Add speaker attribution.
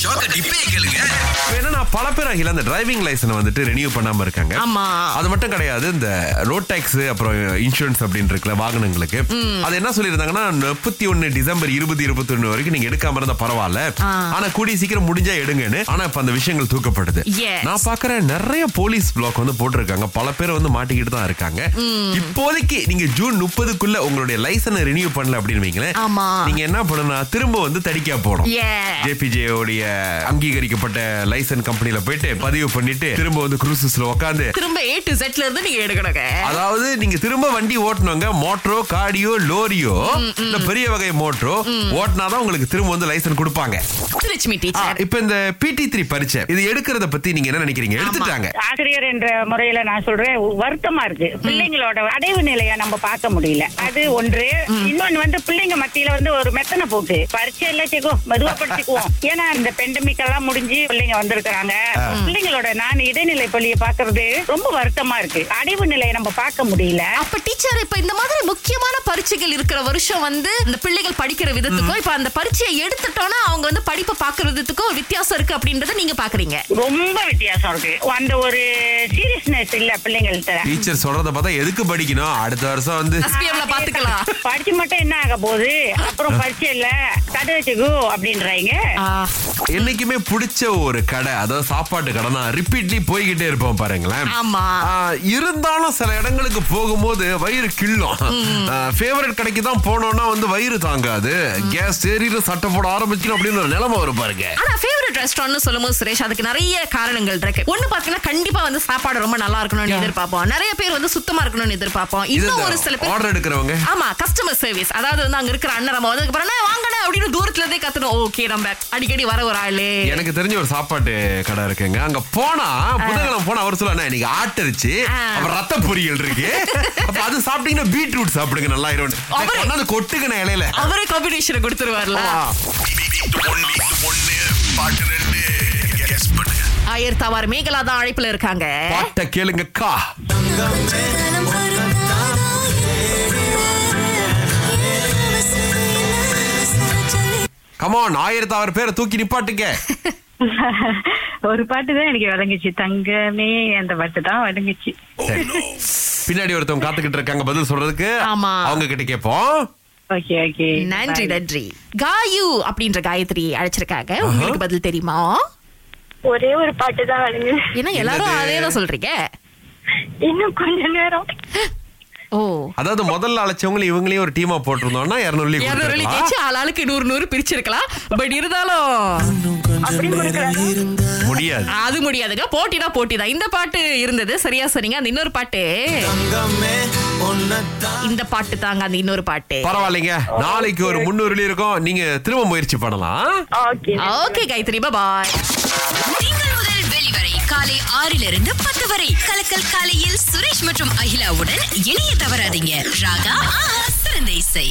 Speaker 1: ஷோக்க டிப்பே கேளுங்க
Speaker 2: என்னன்னா பல பேர் அகில அந்த டிரைவிங் லைசனை வந்துட்டு ரெனியூ பண்ணாம இருக்காங்க
Speaker 3: ஆமா.
Speaker 2: அது மட்டும் கிடையாது இந்த ரோட் டேக்ஸ் அப்புறம் இன்சூரன்ஸ் அப்படின்னு இருக்குல்ல வாகனங்களுக்கு அது என்ன சொல்லியிருந்தாங்கன்னா முப்பத்தி ஒன்னு டிசம்பர் இருபது இருபத்தி ஒண்ணு வரைக்கும் நீங்க எடுக்காம இருந்தா பரவாயில்ல ஆனா கூடிய சீக்கிரம் முடிஞ்சா எடுங்கன்னு ஆனா இப்ப அந்த விஷயங்கள் தூக்கப்படுது
Speaker 3: Yes.
Speaker 2: நான் பாக்குறேன் நிறைய போலீஸ் பிளாக் வந்து போட்டிருக்காங்க பல பேர் வந்து மாட்டிக்கிட்டு தான் இருக்காங்க இப்போதைக்கு நீங்க ஜூன் முப்பதுக்குள்ள உங்களுடைய லைசனை ரெனியூ பண்ணல அப்படின்னு வைங்களேன்
Speaker 3: ஆமா.
Speaker 2: நீங்க என்ன பண்ணணும்னா திரும்ப வந்து தடிக்கா போகணும்
Speaker 3: Yeah.
Speaker 2: ஜேபிஜே உடைய அங்கீகரிக்கப்பட்ட லைசன் கம்பெனில போயிட்டு பதிவு பண்ணிட்டு திரும்ப வந்து குரூசஸ்ல உட்காந்து
Speaker 3: திரும்ப ஏ டு செட்ல இருந்து நீங்க எடுக்கணுங்க
Speaker 2: அதாவது நீங்க திரும்ப வண்டி ஓட்டணுங்க மோட்டரோ காடியோ லோரியோ இல்ல பெரிய வகை மோட்டரோ ஓட்டினாதான் உங்களுக்கு திரும்ப வந்து லைசன்ஸ் கொடுப்பாங்க
Speaker 3: திருச்சி
Speaker 2: ஆ,
Speaker 3: டீச்சர்
Speaker 2: இப்ப இந்த பிடி த்ரீ பரீட்சை இது எடுக்கிறத பத்தி நீங்க என்ன நினைக்கிறீங்க எடுத்துட்டாங்க
Speaker 4: ஆசிரியர் என்ற முறையில நான் சொல்றேன் வருத்தமா இருக்கு பிள்ளைங்களோட அடைவு நிலைய நம்ம பார்க்க முடியல அது ஒன்று இன்னொன்னு வந்து பிள்ளைங்க மத்தியில வந்து ஒரு மெத்தனை போக்கு பரீட்சை எல்லாத்தையும் மெதுவா படிச்சுக்குவோம் ஏன்னா இந்த பெண்டமிக் எல்லாம் முடிஞ்சு பிள்ளைங்க வந்திருக்கிறாங்க பிள்ளைங்களோட நான் இடைநிலை பள்ளியை பாக்குறது ரொம்ப வருத்தமா இருக்கு அடைவு நிலையை நம்ம பார்க்க முடியல
Speaker 3: அப்ப டீச்சர் இப்ப இந்த மாதிரி முக்கியமான பரீட்சைகள் இருக்கிற வருஷம் வந்து இந்த பிள்ளைகள் படிக்கிற விதத்துக்கும் இப்ப அந்த பரீட்சையை எடுத்துட்டோம்னா அவங்க வந்து படிப்பை பாக்குறதுக்கும் ஒரு வித்தியாசம் இருக்கு அப்படின்றத நீங்க பாக்குறீங்க
Speaker 4: ரொம்ப வித்தியாசம் இருக்கு அந்த ஒரு சீரியஸ்னஸ் இல்ல பிள்ளைங்கள்ட்ட
Speaker 2: டீச்சர் சொல்றத பார்த்தா எதுக்கு படிக்கணும் அடுத்த வருஷம் வந்து
Speaker 3: எஸ்பிஎம்ல பாத்துக்கலாம்
Speaker 4: படிச்சு மட்டும் என்ன ஆக போகுது அப்புறம் பரீட்சை இல்ல தடு வச்சுக்கோ அப்படின்றாங்க
Speaker 3: ஆ.
Speaker 2: என்னைக்குமே பிடிச்ச ஒரு கடை அதாவது சாப்பாட்டு கடை நான் ரிப்பீட்லி போய்கிட்டே இருப்போம் பாருங்களேன்
Speaker 3: ஆமா.
Speaker 2: ஆ, இருந்தாலும் சில இடங்களுக்கு போகும்போது வயிறு கிள்ளும் ஃபேவரட் கடைக்கு தான் போனோம்னா வந்து வயிறு தாங்காது கேஸ் ஏறிட்டு சட்டை போட ஆரம்பிச்சிடும் அப்படின்னு ஒரு நிலைமை வரும் பாருங்க
Speaker 3: ஆனா ஃபேவரட் ரெஸ்டாரன்ட் சொல்லும்போது சுரேஷ் அதுக்கு நிறைய காரணங்கள் இருக்கு ஒண்ணு பாத்தீங்கன்னா கண்டிப்பா வந்து சாப்பாடு ரொம்ப நல்லா இருக்கணும்னு எதிர்பார்ப்போம் நிறைய பேர் வந்து சுத்தமா இருக்கணும்னு எதிர்பார்ப்போம் இன்னும் ஒரு சில பேர்
Speaker 2: ஆர்டர் எடுக்கிறவங்க
Speaker 3: ஆமா கஸ்டமர் சர்வீஸ் அதாவது வந்து அங்க இருக்கிற அண்ணன் நம்ம வந்ததுக்கு அப்புறம் வாங்கணும் அப்படின்னு தூரத்துல இருந்தே கத்தணும் ஓகே நம்ம அடிக்கடி வர ஒரு ஆளு
Speaker 2: எனக்கு தெரிஞ்ச ஒரு சாப்பாட்டு கடை இருக்குங்க அங்க போனா புதன்கிழமை போனா அவர் சொல்லுவாங்க இன்னைக்கு ஆட்டரிச்சு
Speaker 3: ஆ.
Speaker 2: அப்புறம் ரத்த பொரியல் இருக்கு அப்ப அது சாப்பிட்டீங்கன்னா பீட்ரூட் சாப்பிடுங்க நல்லா
Speaker 3: அவரு-
Speaker 2: இருக்கும் கொட்டுக்கணும் இலையில
Speaker 3: அவரே காம்பினேஷனை கொடுத்துருவார்ல
Speaker 2: ஆ.
Speaker 1: ஒன்னு ஒன்னு பாட்டு ரெண்டு கெஸ் பண்ணுங்க
Speaker 3: ஆயர் தவார் மேகலா தான் அழைப்புல இருக்காங்க
Speaker 2: பாட்டை கேளுங்க கா கமான் ஆயிரத்தி ஆறு பேரை தூக்கி நிப்பாட்டுங்க
Speaker 4: ஒரு பாட்டு தான் எனக்கு வழங்குச்சு தங்கமே அந்த பாட்டு தான் வழங்குச்சு
Speaker 2: பின்னாடி ஒருத்தவங்க காத்துக்கிட்டு இருக்காங்க பதில் சொல்றதுக்கு
Speaker 3: ஆமா.
Speaker 2: அவங்க கிட்ட கேட்போம்
Speaker 4: ஓகே ஓகே
Speaker 3: நன்றி நன்றி காயு அப்படின்ற காயத்ரி அழைச்சிருக்காங்க உங்களுக்கு பதில் தெரியுமா
Speaker 5: ஒரே ஒரு பாட்டு தான் வருங்க
Speaker 3: ஏன்னா எல்லாரும்
Speaker 2: என்னது?
Speaker 3: அதே தான் சொல்றீங்க
Speaker 5: இன்னும் கொஞ்ச நேரம்
Speaker 3: ஓ
Speaker 2: அதாவது முதல்ல அழைச்சவங்களும் இவங்களையும் ஒரு டீமா போட்டிருந்தோம்னா இருநூறு லீக்
Speaker 3: இருநூறு வெள்ளி தேய்ச்சி ஆளாளுக்கு நூறு நூறு பிரிச்சிருக்கலாம் பட் இருந்தாலும்
Speaker 5: அப்படி கொடுக்குறாங்க
Speaker 2: முடியாது
Speaker 3: அது முடியாதுங்க போட்டினா போட்டிதான் இந்த பாட்டு இருந்தது சரியா சரிங்க அந்த இன்னொரு பாட்டு இந்த பாட்டு தாங்க அந்த இன்னொரு பாட்டு
Speaker 2: பரவாயில்லைங்க நாளைக்கு ஒரு முன்னூறு இருக்கும் நீங்க திரும்ப முயற்சி பண்ணலாம்
Speaker 5: ஓகே
Speaker 3: ஓகே காயத்ரி பாய்
Speaker 6: திங்கள் முதல் வெளிவரை காலை ஆறிலிருந்து பத்து வரை கலக்கல் காலையில் சுரேஷ் மற்றும் அகிலாவுடன் இணைய தவறாதீங்க ராகா ஆஹா சிறந்த இசை